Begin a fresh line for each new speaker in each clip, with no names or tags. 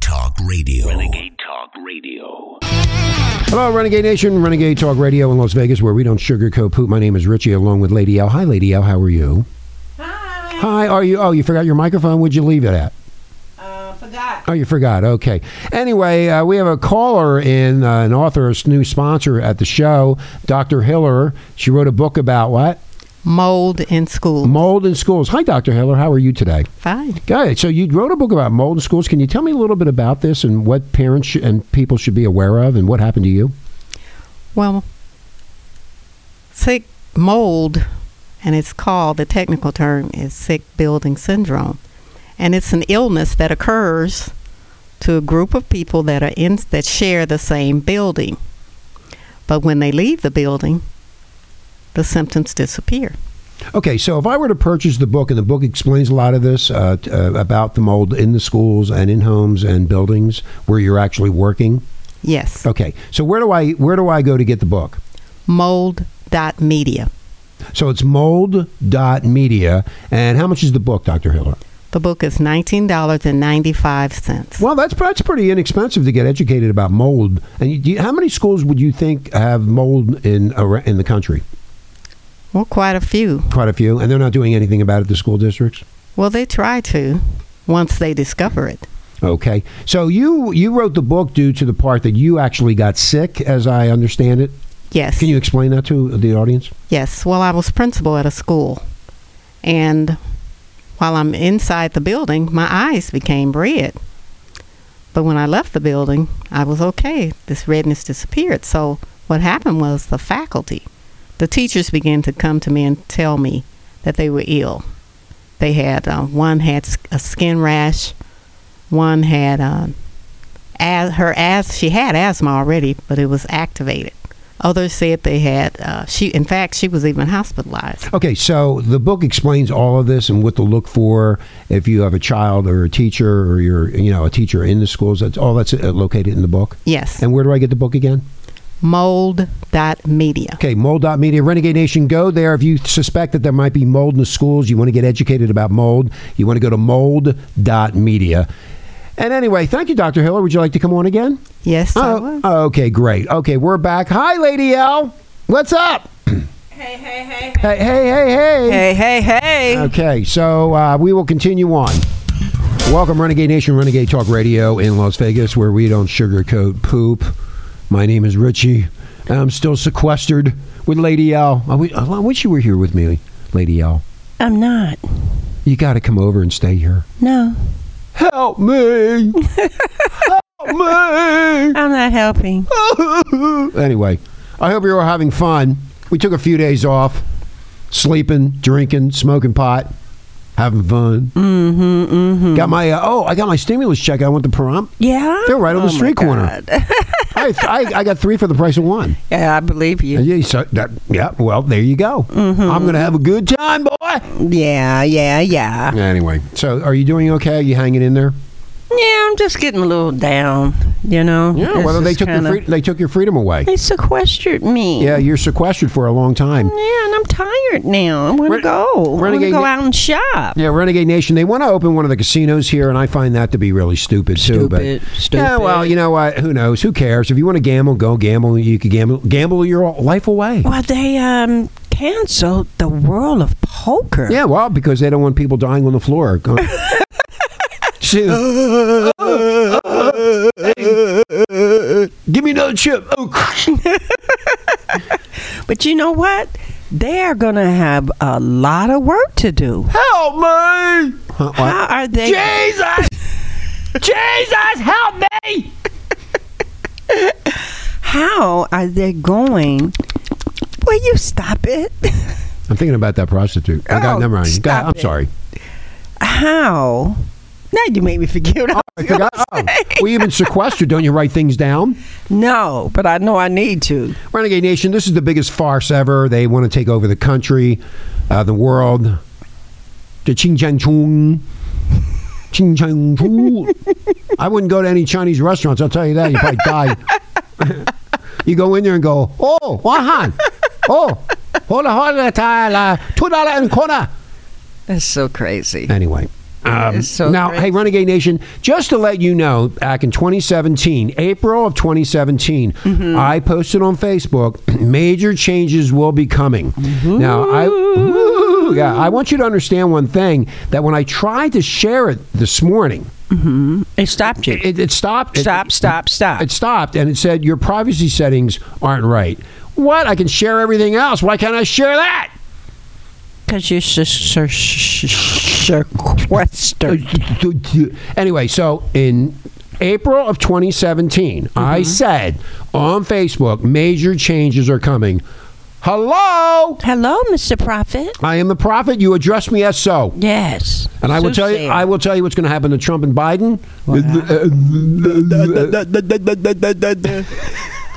Talk Radio.
Renegade Talk Radio.
Hello, Renegade Nation, Renegade Talk Radio in Las Vegas, where we don't sugarcoat poop. My name is Richie, along with Lady L. Hi, Lady L. How are you? Hi. Hi. Are you? Oh, you forgot your microphone. Where'd you leave it at?
Uh, forgot.
Oh, you forgot. Okay. Anyway, uh, we have a caller in, uh, an author, a new sponsor at the show, Dr. Hiller. She wrote a book about what?
mold in school.
Mold in schools. Hi, Dr. Hiller. How are you today?
Fine.
Good. So you wrote a book about mold in schools. Can you tell me a little bit about this and what parents sh- and people should be aware of and what happened to you?
Well, sick mold, and it's called the technical term is sick building syndrome, and it's an illness that occurs to a group of people that are in that share the same building. But when they leave the building, the symptoms disappear.
Okay, so if I were to purchase the book, and the book explains a lot of this uh, t- uh, about the mold in the schools and in homes and buildings where you're actually working.
Yes.
Okay, so where do I where do I go to get the book?
Mold dot media.
So it's mold.media. And how much is the book, Dr. Hiller?
The book is nineteen dollars and ninety five cents.
Well, that's that's pretty inexpensive to get educated about mold. And you, do you, how many schools would you think have mold in ar- in the country?
Well, quite a few.
Quite a few, and they're not doing anything about it. The school districts.
Well, they try to once they discover it.
Okay, so you you wrote the book due to the part that you actually got sick, as I understand it.
Yes.
Can you explain that to the audience?
Yes. Well, I was principal at a school, and while I'm inside the building, my eyes became red. But when I left the building, I was okay. This redness disappeared. So what happened was the faculty, the teachers began to come to me and tell me that they were ill. They had uh, one had s- a skin rash, one had uh, as her as she had asthma already, but it was activated. Others said they had uh, she. In fact, she was even hospitalized.
Okay, so the book explains all of this and what to look for if you have a child or a teacher or you're you know a teacher in the schools. That's all that's uh, located in the book.
Yes.
And where do I get the book again?
mold.media.
Okay, mold.media, Renegade Nation, go there. If you suspect that there might be mold in the schools, you want to get educated about mold, you want to go to mold.media. And anyway, thank you, Dr. Hiller. Would you like to come on again?
Yes, I
Oh,
would.
okay, great. Okay, we're back. Hi, Lady L. What's up?
Hey, hey, hey,
Hey, hey, hey, hey.
Hey, hey, hey.
Okay, so uh, we will continue on. Welcome, Renegade Nation, Renegade Talk Radio in Las Vegas, where we don't sugarcoat poop. My name is Richie, and I'm still sequestered with Lady L. I wi- I wish you were here with me, Lady L.
I'm not.
You got to come over and stay here.
No,
Help me! Help
I'm not helping.
me! anyway, I hope you're all having fun. We took a few days off, sleeping, drinking, smoking pot, having fun.
Mm-hmm, mm-hmm.
Got my uh, oh, I got my stimulus check. I went to prom.
Yeah?
They're right on
Oh,
the street
my
corner.
God.
I, I, I got three for the price of one.
yeah, Mm-hmm. I believe you.
Yeah, so that, yeah. Well, there you go. I'm gonna have a good time, boy.
Yeah, yeah, yeah.
Anyway, so are you doing okay? Are you hanging in there?
Yeah, I'm just getting a little down, you know?
Yeah.
It's
well, they
just
took your
kinda-
free, they took your freedom away.
They sequestered me.
Yeah, you're sequestered for a long time.
Yeah, and I'm tired now. I'm going
Ren-
to go. I'm going
Renegade
to go
Na-
out and shop.
Yeah, Renegade Nation. They want to open one of the casinos here, and I find that to be really stupid too. But
Stupid,
yeah,
stupid.
well, you know what? Who knows? Who cares? If you want to gamble, go gamble. You could gamble, gamble your life away.
Well, they um canceled the world of poker.
Yeah, well, because they don't want people dying on the floor. Go- See, give me another chip. Oh,
But you know what? They're going to have a lot of work to do.
help me! Huh, what?
How are they?
Jesus! Jesus, help me!
How are they going? Will you stop it?
I'm thinking about that prostitute. I got
Oh,
never mind. Go-
stop
I'm
it.
sorry.
How? Now you made me forget. What
I
I was gonna
forgot. Oh, well, you've been sequestered. Don't you write things down?
No, but I know I need to.
Renegade Nation, this is the biggest farce ever. They want to take over the country, uh, the world. The Ching Chang Chung. Ching Chang Chu. I wouldn't go to any Chinese restaurants, I'll tell you that. You'd probably die. you go in there and go, oh, Wahan. Oh, hold a hold a two dollar and corner.
That's so crazy.
Anyway, Um,
It's so
now,
great.
hey, Renegade Nation, just to let you know, back in 2017, April of 2017,
Mm-hmm.
I posted on Facebook, major changes will be coming.
Mm-hmm.
Now, I, Ooh, yeah, I want you to understand one thing that when I tried to share it this morning,
It stopped you.
it, it stopped. It-
stop, stop, stop.
It stopped and it said, Your privacy settings aren't right. What? I can share everything else. Why can't I share that?
Because you're s- s- sequestered.
Anyway, so in April of 2017, I said on Facebook, major changes are coming. Hello,
Hello, Mr. Prophet.
I am the prophet. You address me as so,
Yes.
and I will tell you. I will tell you what's going to happen to Trump and Biden.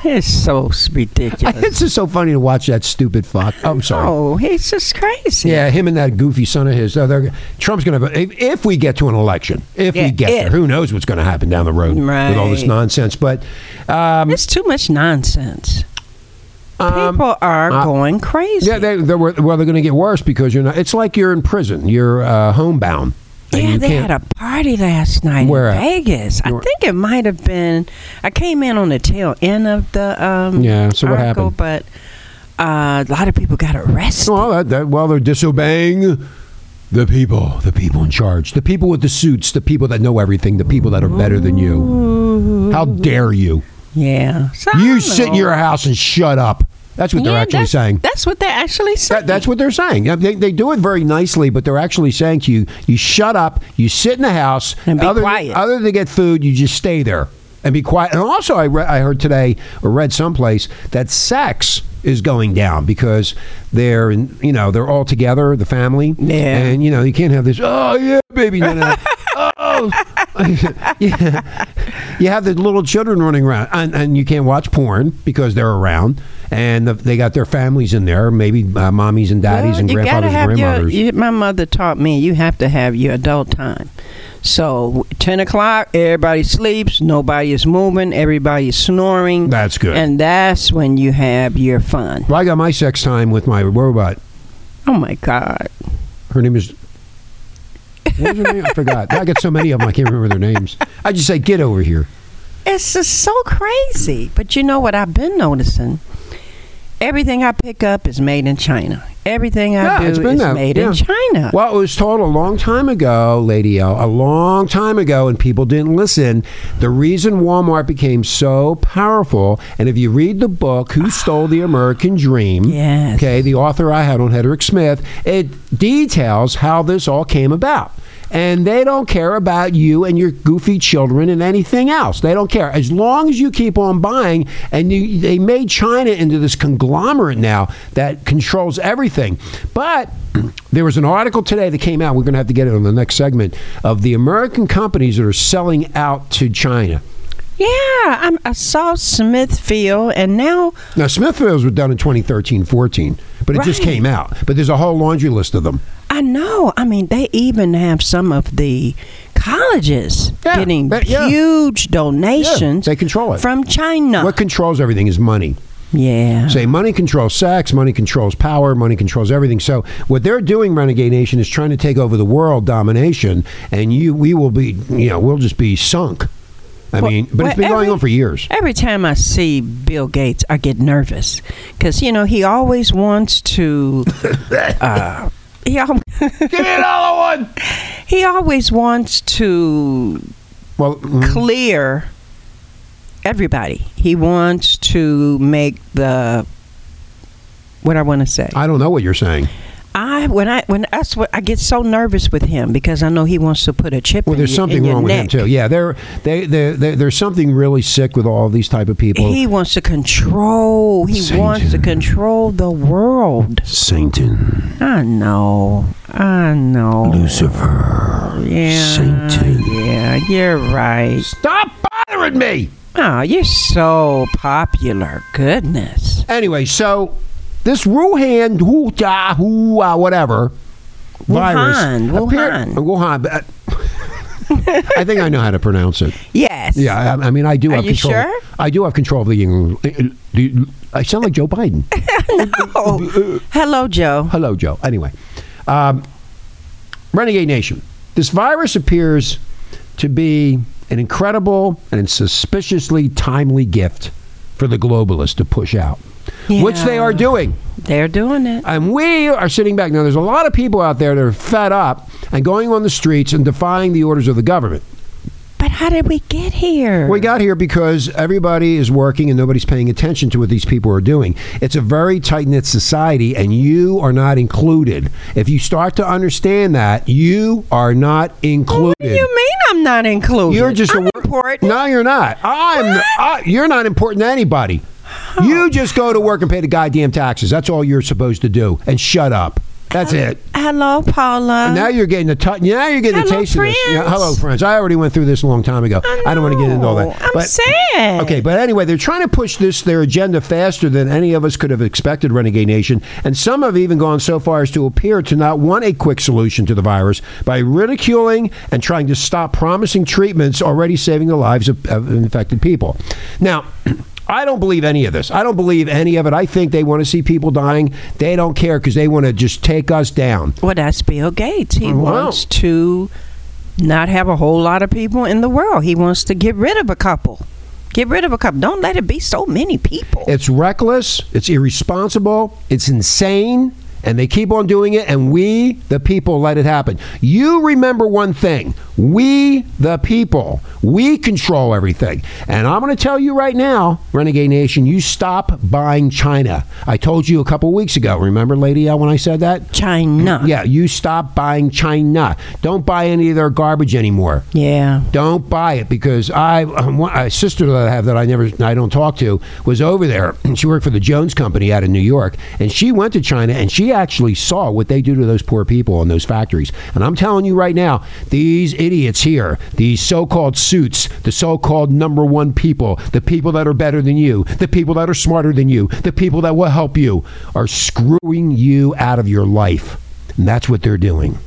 It's so ridiculous.
It's just so funny to watch that stupid fuck. I'm sorry.
Oh, he's just crazy.
Yeah, him and that goofy son of his. Oh, they're- Trump's going to if, if we get to an election, if
Yeah,
we get there,
if.
who knows what's going to happen down the road with all this
Right.
nonsense. But um,
It's too much nonsense.
um,
People are
uh,
going crazy.
yeah, they, they're, well, they're going to get worse because you're not. It's like you're in prison. You're uh, homebound. and
Yeah,
you
they
can't-
had a party last night
Where at?
in Vegas. I
Where-
think it might have been. I came in on the tail end of the um,
Yeah, so what
article, But uh, a lot of people got arrested.
Well, that, that, well, they're disobeying the people, the people in charge, the people with the suits, the people that know everything, the people that are better than you. How dare you?
Yeah, so I
You
don't
sit in
know.
your house and shut up. That's what they're
Yeah,
actually
that's,
saying.
That's what they're actually saying.
That, that's what they're saying. Yeah, They, they do it very nicely, but they're actually saying to you, you shut up, you sit in the house.
And be
other,
quiet.
Other than get food, you just stay there and be quiet. And also, I, re- I heard today or read someplace that sex is going down because they're in, you know they're all together the family
Yeah.
and you know you can't have this oh yeah baby no, no, no. oh yeah. you have the little children running around and, and you can't watch porn because they're around and the, they got their families in there maybe uh, mommies and daddies
Well,
and
you gotta
grandfathers and
have your-
grandmothers
you- my mother taught me you have to have your adult time. So ten o'clock, everybody sleeps, nobody is moving, everybody's snoring.
That's good.
and that's when you have your fun.
well, I got my sex time with my robot
Oh my God!
her name is what was her name? I forgot I got so many of them I can't remember their names I just say get over here
It's just so crazy. But you know what I've been noticing? Everything I pick up is made in China. Everything I do is
that-
made
yeah.
in China.
Well, it was told a long time ago, Lady L, a long time ago, and people didn't listen. The reason Walmart became so powerful, and if you read the book, Who Stole the American Dream?
Yes.
Okay, the author I had on Hedrick Smith, it details how this all came about. And they don't care about you and your goofy children and anything else. They don't care. As long as you keep on buying, and you, they made China into this conglomerate now that controls everything. But there was an article today that came out. We're going to have to get it on the next segment of the American companies that are selling out to China.
Yeah, I'm, I saw Smithfield, and now
Now, Smithfields were done in 2013 14, but it just
Right.
came out. But there's a whole laundry list of them.
I know. I mean, they even have some of the colleges
Yeah,
getting
but- yeah.
huge donations.
Yeah, they control it.
from China.
What controls everything is money.
yeah.
Say money controls sex, money controls power, money controls everything. So what they're doing, Renegade Nation, is trying to take over the world domination, and you we will be you know we'll just be sunk. I
Well,
mean, but it's
well,
been going
every-
on for years.
Every time I see Bill Gates, I get nervous because you know he always wants to. uh, he, al-
Give me another one.
he always wants to
Well, mm,
clear everybody. He wants to make the what I want to say.
I don't know what you're saying.
I when I when that's what I get so nervous with him because I know he wants to put a chip.
Well,
in
there's
your-
something
in your
wrong with him
neck.
too. Yeah, there, they, they, they, there's something really sick with all these type of people.
He wants to control. He
Satan.
wants to control the world.
Satan,
I know. I know.
Lucifer,
Yeah. Yeah, you're right.
Stop bothering me.
Oh, you're so popular. Goodness.
Anyway, so this Wuhan, Huta, Hua, whatever virus.
Wuhan, Wuhan.
Wuhan. but- I think I know how to pronounce it.
Yes.
Yeah, I, I mean, I do
Are
have
you
control.
sure?
I do have control of the English. the- I sound like Joe Biden.
Oh, hello, Joe.
Hello, Joe. Anyway, um, Renegade Nation. This virus appears to be an incredible and suspiciously timely gift for the globalists to push out, which they are
Yeah.
doing.
They're doing it.
And we are sitting back. Now, there's a lot of people out there that are fed up and going on the streets and defying the orders of the government.
But how did we get here?
We got here because everybody is working and nobody's paying attention to what these people are doing. It's a very tight knit society, and you are not included. If you start to understand that, you are not included.
what do you mean I'm not included?
You're just
I'm
a work-
important.
No, you're not. I'm. I, you're not important to anybody. You just go to work and pay the goddamn taxes. That's all you're supposed to do, and shut up. That's it.
Hello, Paula.
And now you're getting the t- now you're getting the
Hello,
taste of this. Yeah,
friends.
hello, friends. I already went through this a long time ago.
I
don't want to get into all
know.
that.
I'm sad.
Okay, but anyway, they're trying to push this their agenda faster than any of us could have expected. Renegade Nation, and some have even gone so far as to appear to not want a quick solution to the virus by ridiculing and trying to stop promising treatments already saving the lives of, of infected people. Now. I don't believe any of this. I don't believe any of it. I think they want to see people dying. They don't care because they want to just take us down.
Well, that's Bill Gates. He
Wow.
wants to not have a whole lot of people in the world. He wants to get rid of a couple. Get rid of a couple. Don't let it be so many people.
It's reckless, it's irresponsible, it's insane, and they keep on doing it, and we, the people, let it happen. You remember one thing we, the people, we control everything. And I'm going to tell you right now, Renegade Nation, you stop buying China. I told you a couple weeks ago, remember, Lady L, when I said that?
China.
Yeah, you stop buying China. Don't buy any of their garbage anymore.
Yeah.
Don't buy it because I um, one- a sister that I have that I never I don't talk to was over there. She worked for the Jones Company out of New York, and she went to China and she actually saw what they do to those poor people in those factories. And I'm telling you right now, these idiots here, these so-called suits, the so-called number one people, the people that are better than you, the people that are smarter than you, the people that will help you, are screwing you out of your life, and that's what they're doing.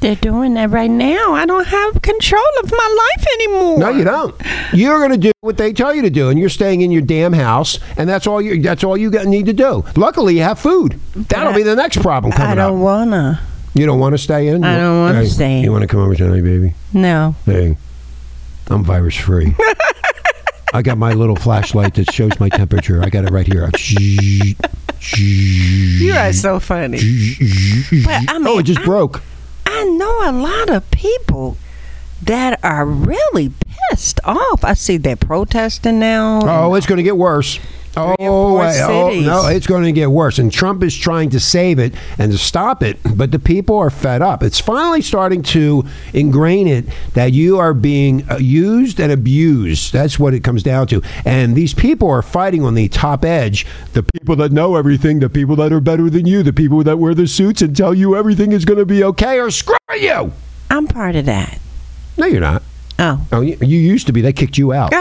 They're doing that right now. I don't have control of my life anymore.
No, you don't. You're going to do what they tell you to do, and you're staying in your damn house, and that's all you. That's all you got, need to do. Luckily, you have food. That'll
I-
be the next problem coming
I don't
up.
wanna.
You don't want to stay in.
I don't wanna
Hey,
stay in.
You want to come over tonight, baby?
No.
Hey, I'm virus free. I got my little flashlight that shows my temperature. I got it right here.
You are so funny. But I mean,
oh, it just
I-
broke.
I know a lot of people that are really pissed off. I see they're protesting now.
Oh, it's going to get worse. Oh,
four
wait, oh,
cities.
no, it's going to get worse. And Trump is trying to save it and to stop it, but the people are fed up. It's finally starting to ingrain it that you are being uh, used and abused. That's what it comes down to. And these people are fighting on the top edge the people that know everything, the people that are better than you, the people that wear the suits and tell you everything is going to be okay or screw you.
I'm part of that.
No, you're not.
Oh.
Oh, you, you used to be. They kicked you out.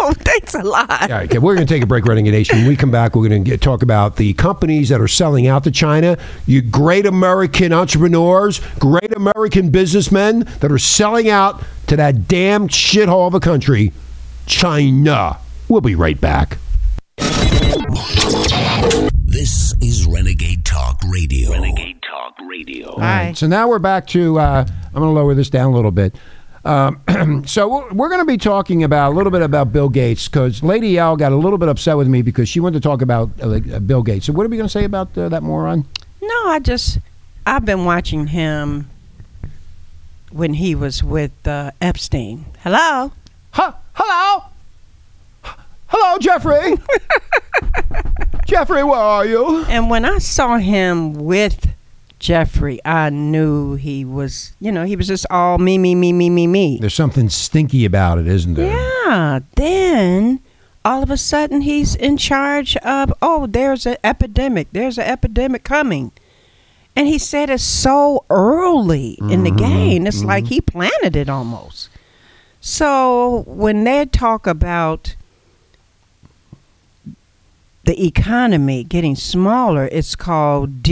Oh, thanks a lot.
All right, okay, we're going to take a break, Renegade Nation. When we come back, we're going to get, talk about the companies that are selling out to China. You great American entrepreneurs, great American businessmen that are selling out to that damn shithole of a country, China. We'll be right back.
This is Renegade Talk Radio. Renegade Talk Radio.
All right. So now we're back to. Uh, I'm going to lower this down a little bit. Um, so we're- we're going to be talking about a little bit about Bill Gates because Lady L got a little bit upset with me because she wanted to talk about uh, like, uh, Bill Gates. So what are we going to say about uh, that moron?
No, I just I've been watching him when he was with uh, Epstein. Hello.
Huh, hello? Hello, Jeffrey. Jeffrey, where are you?
And when I saw him with Jeffrey, I knew he was, you know, he was just all me me me me me me.
There's something stinky about it, isn't there?
Yeah. Then all of a sudden he's in charge of, oh, there's an epidemic. There's an epidemic coming. And he said it so early in
Mm-hmm.
the game. It's like he planted it almost. So when they talk about the economy getting smaller, it's called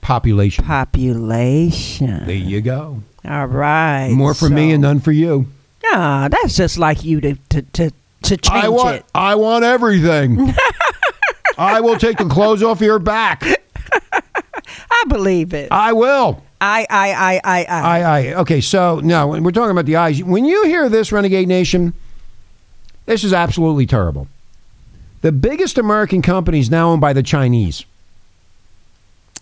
Population.
depopulation.
there you go.
All right.
More for me
so-
and none for you.
Ah, that's just like you to to to, to change
I want
it.
I want everything. I will take the clothes off your back.
I believe it. I,
I will.
I, I, I, I, I.
I, I. Okay, so no, when we're talking about the eyes. When you hear this, Renegade Nation, this is absolutely terrible. The biggest American company is now owned by the Chinese.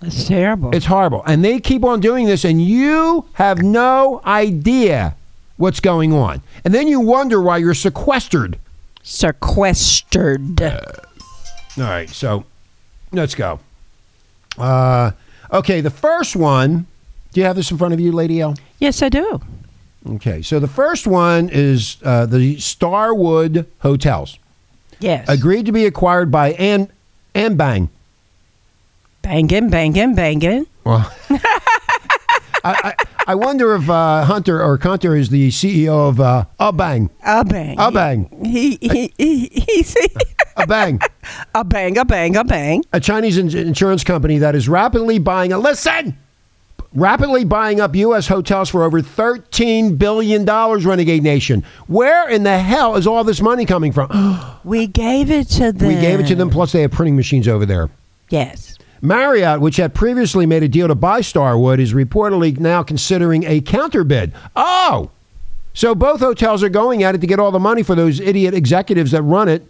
It's terrible.
It's horrible. And they keep on doing this, and you have no idea what's going on. And then you wonder why you're sequestered.
sequestered.
All right, so let's go. Uh, okay, the first one. Do you have this in front of you, Lady L?
yes, I do.
Okay, so the first one is uh, the Starwood Hotels.
Yes.
agreed to be acquired by Am Ambang.
Banging, banging, banging.
Well, I, I, I wonder if uh, Hunter or Hunter is the CEO of uh, Abang.
A bang.
Abang.
He, he, he, he's
Abang,
a bang, a bang, a bang.
a Chinese in- insurance company that is rapidly buying a listen. Rapidly buying up U.S. hotels for over $13 billion, Renegade Nation. Where in the hell is all this money coming from?
We gave it to them.
we gave it to them, plus they have printing machines over there.
Yes.
Marriott, which had previously made a deal to buy Starwood, is reportedly now considering a counterbid. Oh, so both hotels are going at it to get all the money for those idiot executives that run it.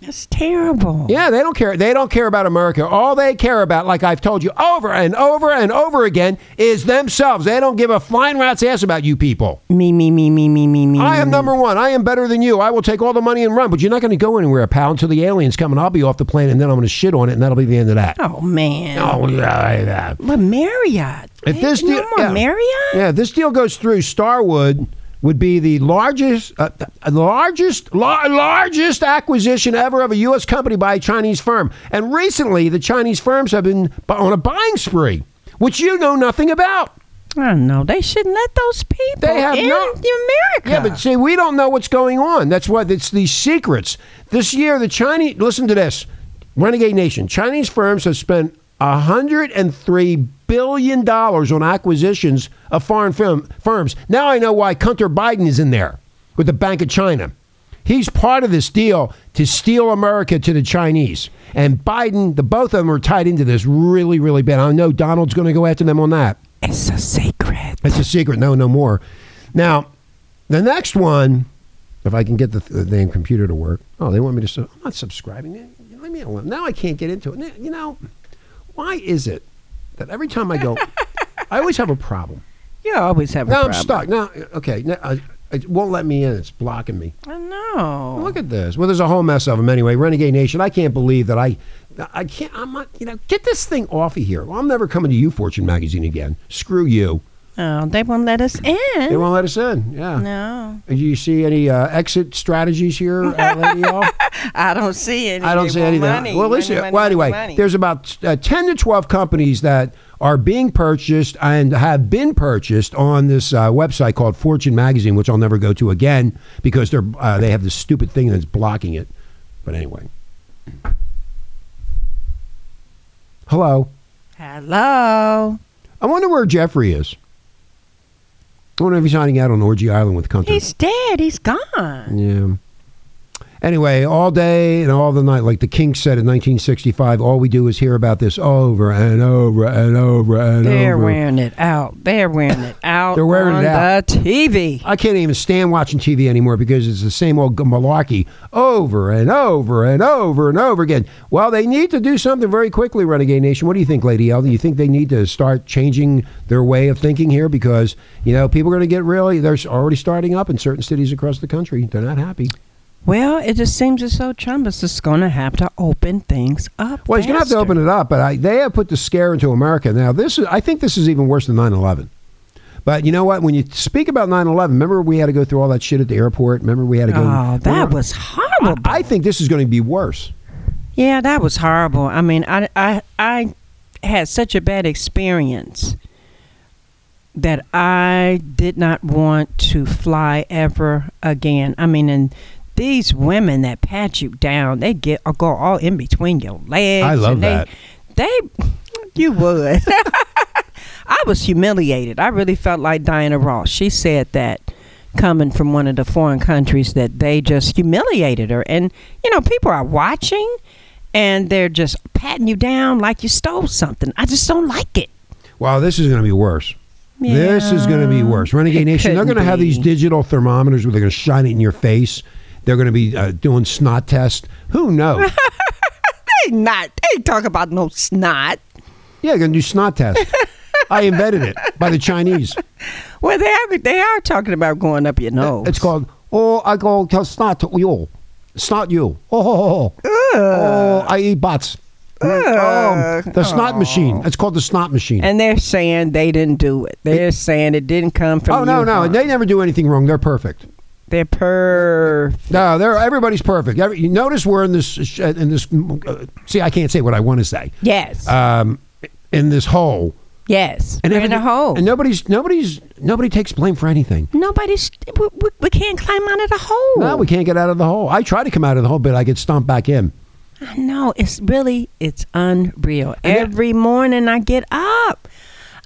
That's terrible.
Yeah, they don't care. They don't care about America. All they care about, like I've told you over and over and over again, is themselves. They don't give a flying rat's ass about you people.
Me, me, me, me, me, me, me.
I am
me.
number one. I am better than you. I will take all the money and run. But you're not going to go anywhere, pal, until the aliens come and I'll be off the plane and then I'm going to shit on it and that'll be the end of that.
Oh, man.
Oh, yeah, yeah.
But Marriott.
If this
no
deal-
more
yeah.
Marriott?
Yeah, this deal goes through. Starwood would be the largest, uh, uh, largest, lar- largest acquisition ever of a U.S. company by a Chinese firm. And recently, the Chinese firms have been bu- on a buying spree, which you know nothing about.
I don't know. They shouldn't let those people
They have
in
no-
America.
Yeah, but see, we don't know what's going on. That's why it's these secrets. This year, the Chinese. Listen to this, Renegade Nation. Chinese firms have spent hundred and three billion dollars on acquisitions of foreign firm, firms. Now I know why Hunter Biden is in there with the Bank of China. He's part of this deal to steal America to the Chinese. And Biden, the both of them are tied into this really, really bad. I know Donald's going to go after them on that.
it's a secret.
It's a secret. No, no more. Now, the next one, if I can get the, the damn computer to work. Oh, they want me to. Su- I'm not subscribing. Let me alone. Now I can't get into it. Now, You know, why is it that every time I go, I always have a problem?
You always have a
Now I'm
problem.
stuck. Now, okay, now, I, it won't let me in. It's blocking me.
I know.
Look at this. Well, there's a whole mess of them anyway. Renegade Nation. I can't believe that I, I can't. I'm not. You know, get this thing off of here. Well, I'm never coming to you, Fortune Magazine again. Screw you.
Oh, they won't let us in.
They won't let us in. Yeah.
no,
Do you see any uh, exit strategies here, uh, Lady L?
I don't see any.
I don't
They
see
want
anything.
Money,
well,
money,
listen.
money,
well,
money,
anyway,
money.
there's about uh, ten to twelve companies that are being purchased and have been purchased on this uh, website called Fortune Magazine, which I'll never go to again because they're uh, they have this stupid thing that's blocking it. But anyway, hello.
hello.
I wonder where Jeffrey is. I wonder if he's hiding out on Orgy Island with Hunter.
He's dead. He's gone.
Yeah. Anyway, all day and all the night, like the Kinks said in 1965, all we do is hear about this over and over and over and
They're
over.
wearing it out. They're wearing it out.
They're wearing
on
it out.
the TV.
I can't even stand watching TV anymore because it's the same old malarkey over and over and over and over again. Well, they need to do something very quickly, Renegade Nation. What do you think, Lady L? Do you think they need to start changing their way of thinking here? Because, you know, people are going to get really, they're already starting up in certain cities across the country. They're not happy.
Well, it just seems as though Trump is just going to have to open things up.
Well, he's going to have to open it up, but I, they have put the scare into America. Now, this is, I think this is even worse than 9 11. But you know what? When you speak about 9 11, remember we had to go through all that shit at the airport? Remember we had to go.
Oh, that
remember-
was horrible.
I think this is going to be worse.
Yeah, that was horrible. I mean, I, I, I had such a bad experience that I did not want to fly ever again. I mean, and these women that pat you down, they get or go all in between your legs.
I love
and they,
that.
They, you would. I was humiliated. I really felt like Diana Ross. She said that coming from one of the foreign countries that they just humiliated her. And, you know, people are watching and they're just patting you down like you stole something. I just don't like it.
Wow, this is going to be worse. This is going to be
Yeah.
worse. Renegade
It
Nation, they're
couldn't
going to have
be.
these digital thermometers where they're going to shine it in your face. They're going to be uh, doing snot tests. Who knows?
They not. They ain't talk about no snot.
yeah, they're going to do snot tests. I invented it by the Chinese.
Well, they are. They are talking about going up your nose.
It's called, oh, I go to snot you. Snot you. Oh, oh, oh, oh. oh I eat bots. Oh, the snot machine. It's called the snot machine.
and they're saying they didn't do it. They're saying it didn't come from.
oh, no,
you,
no.
huh?
They never do anything wrong. They're perfect.
They're per.
No, they're, everybody's perfect. Every, you notice we're in this, sh- in this, uh, see, I can't say what I want to say.
Yes.
um, in this hole.
yes.
And
We're in
everything-
a hole.
And nobody's nobody's nobody takes blame for anything.
Nobody's. We, we, we can't climb out of the hole.
No, we can't get out of the hole. I try to come out of the hole, but I get stomped back in.
I know. It's really. It's unreal.
And it-
Every morning I get up.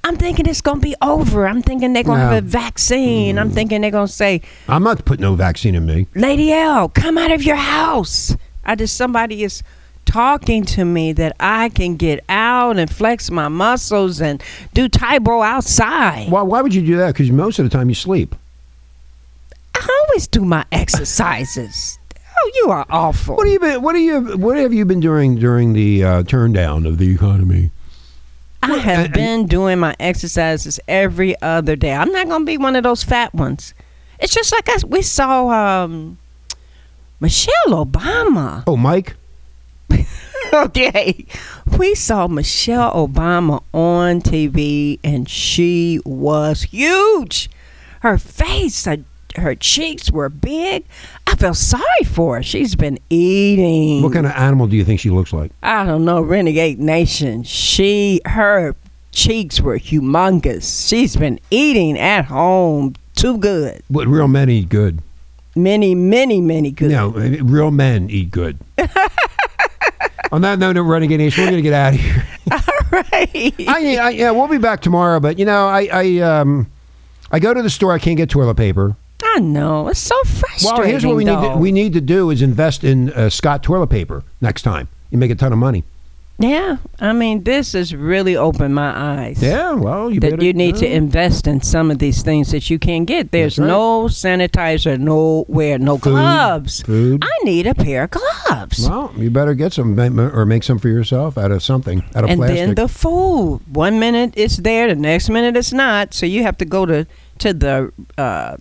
I'm thinking it's gonna be over. I'm thinking they're gonna
No. Mm.
have a vaccine. I'm thinking they're gonna say,
I'm not putting no vaccine in me.
Lady L, come out of your house. I just somebody is talking to me that I can get out and flex my muscles and do Taibo outside.
Why? Why would you do that? Because most of the time you sleep.
I always do my exercises. oh, you are awful.
What have you been? What are you? What have you been doing during the uh, turn down of the economy?
I
uh,
have been doing my exercises every other day. I'm not gonna be one of those fat ones. It's just like us. We saw um, Michelle Obama.
Oh, Mike.
okay. We saw Michelle Obama on TV and she was huge. Her face, her, her cheeks were big. I felt sorry for her. She's been eating.
What kind of animal do you think she looks like?
I don't know, Renegade Nation. She, her cheeks were humongous. She's been eating at home too good.
What real men eat good?
Many, many, many good.
No, eh, real men eat good. On that note, Renegade Nation, we're gonna get out of here.
Right.
I, I yeah, we'll be back tomorrow. But you know, I I um I go to the store. I can't get toilet paper.
I know. It's so frustrating.
Well, here's what we need.
though.
To, we need to do is invest in uh, Scott toilet paper next time. You make a ton of money.
Yeah, I mean, this has really opened my eyes.
Yeah. Well, you
That
better-
you need to
yeah.
invest in some of these things that you can get. There's
That's right.
no sanitizer, nowhere, no
Food,
gloves.
food.
I need a pair of gloves.
Well, you better get some ma- ma- or make some for yourself out of something out of
and
plastic.
then the food. One minute it's there, the next minute it's not. So you have to go to to the uh,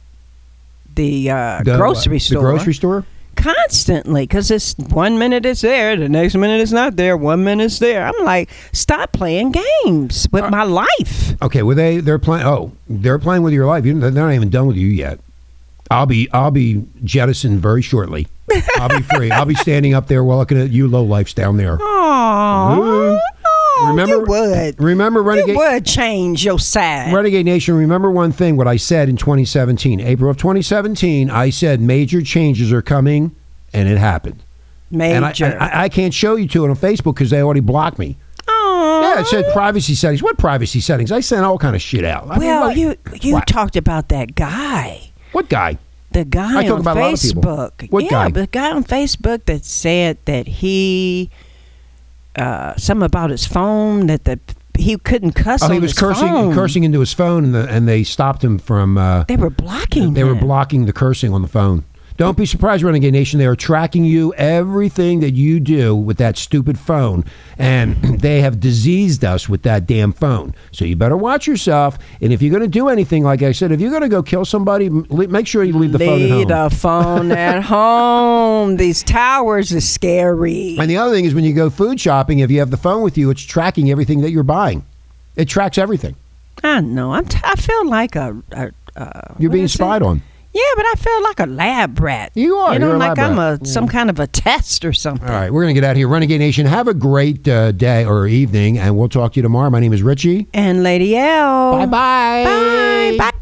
the, uh,
The, uh,
grocery store
The grocery store.
constantly because it's one minute it's there, the next minute it's not there, one minute it's there. I'm like, stop playing games with
Uh,
my life.
Okay. Well, they they're playing. Oh, they're playing with your life. You, they're not even done with you yet. I'll be I'll be jettisoned very shortly. I'll be free. I'll be standing up there while looking at you low lifes down there.
Aww.
Mhm.
Oh,
Remember-
you would.
Remember, renegade.
You would change your side.
Renegade Nation, remember one thing what I said in 2017. April of 2017, I said major changes are coming, and it happened. And I,
Major.
I, I can't show you to it on Facebook because they already blocked me.
Aw.
Yeah, it said privacy settings. What privacy settings? I sent all kind of shit out. I mean,
well,
what-
you you
what?
talked about that guy.
What guy? Oh,
The guy
I talk
on
about a lot of people.
Facebook.
What
yeah,
guy?
the guy on Facebook that said that he uh something about his phone that the he couldn't cuss
Oh,
on
he was
his
cursing
phone.
cursing into his phone, and, the, and they stopped him from. Uh,
They were blocking
they were
him.
blocking the cursing on the phone. Don't be surprised, Renegade Nation. They are tracking you, everything that you do with that stupid phone. And they have diseased us with that damn phone. So you better watch yourself. And if you're going to do anything, like I said, if you're going to go kill somebody, m- le- make sure you leave the phone at
Leave
home.
the phone at home. These towers is scary.
And the other thing is when you go food shopping, if you have the phone with you, it's tracking everything that you're buying. It tracks everything.
I know. I'm. T- I feel like a. a uh,
You're
what
being
is it?
spied on.
Yeah, but I feel like a lab rat.
You are.
You know,
You're a
like
lab
I'm
rat.
a some kind of a test or something.
All right, we're going to get out of here. Renegade Nation, have a great uh, day or evening, and we'll talk to you tomorrow. My name is Richie.
And Lady L.
Bye-bye.
Oh. Bye bye.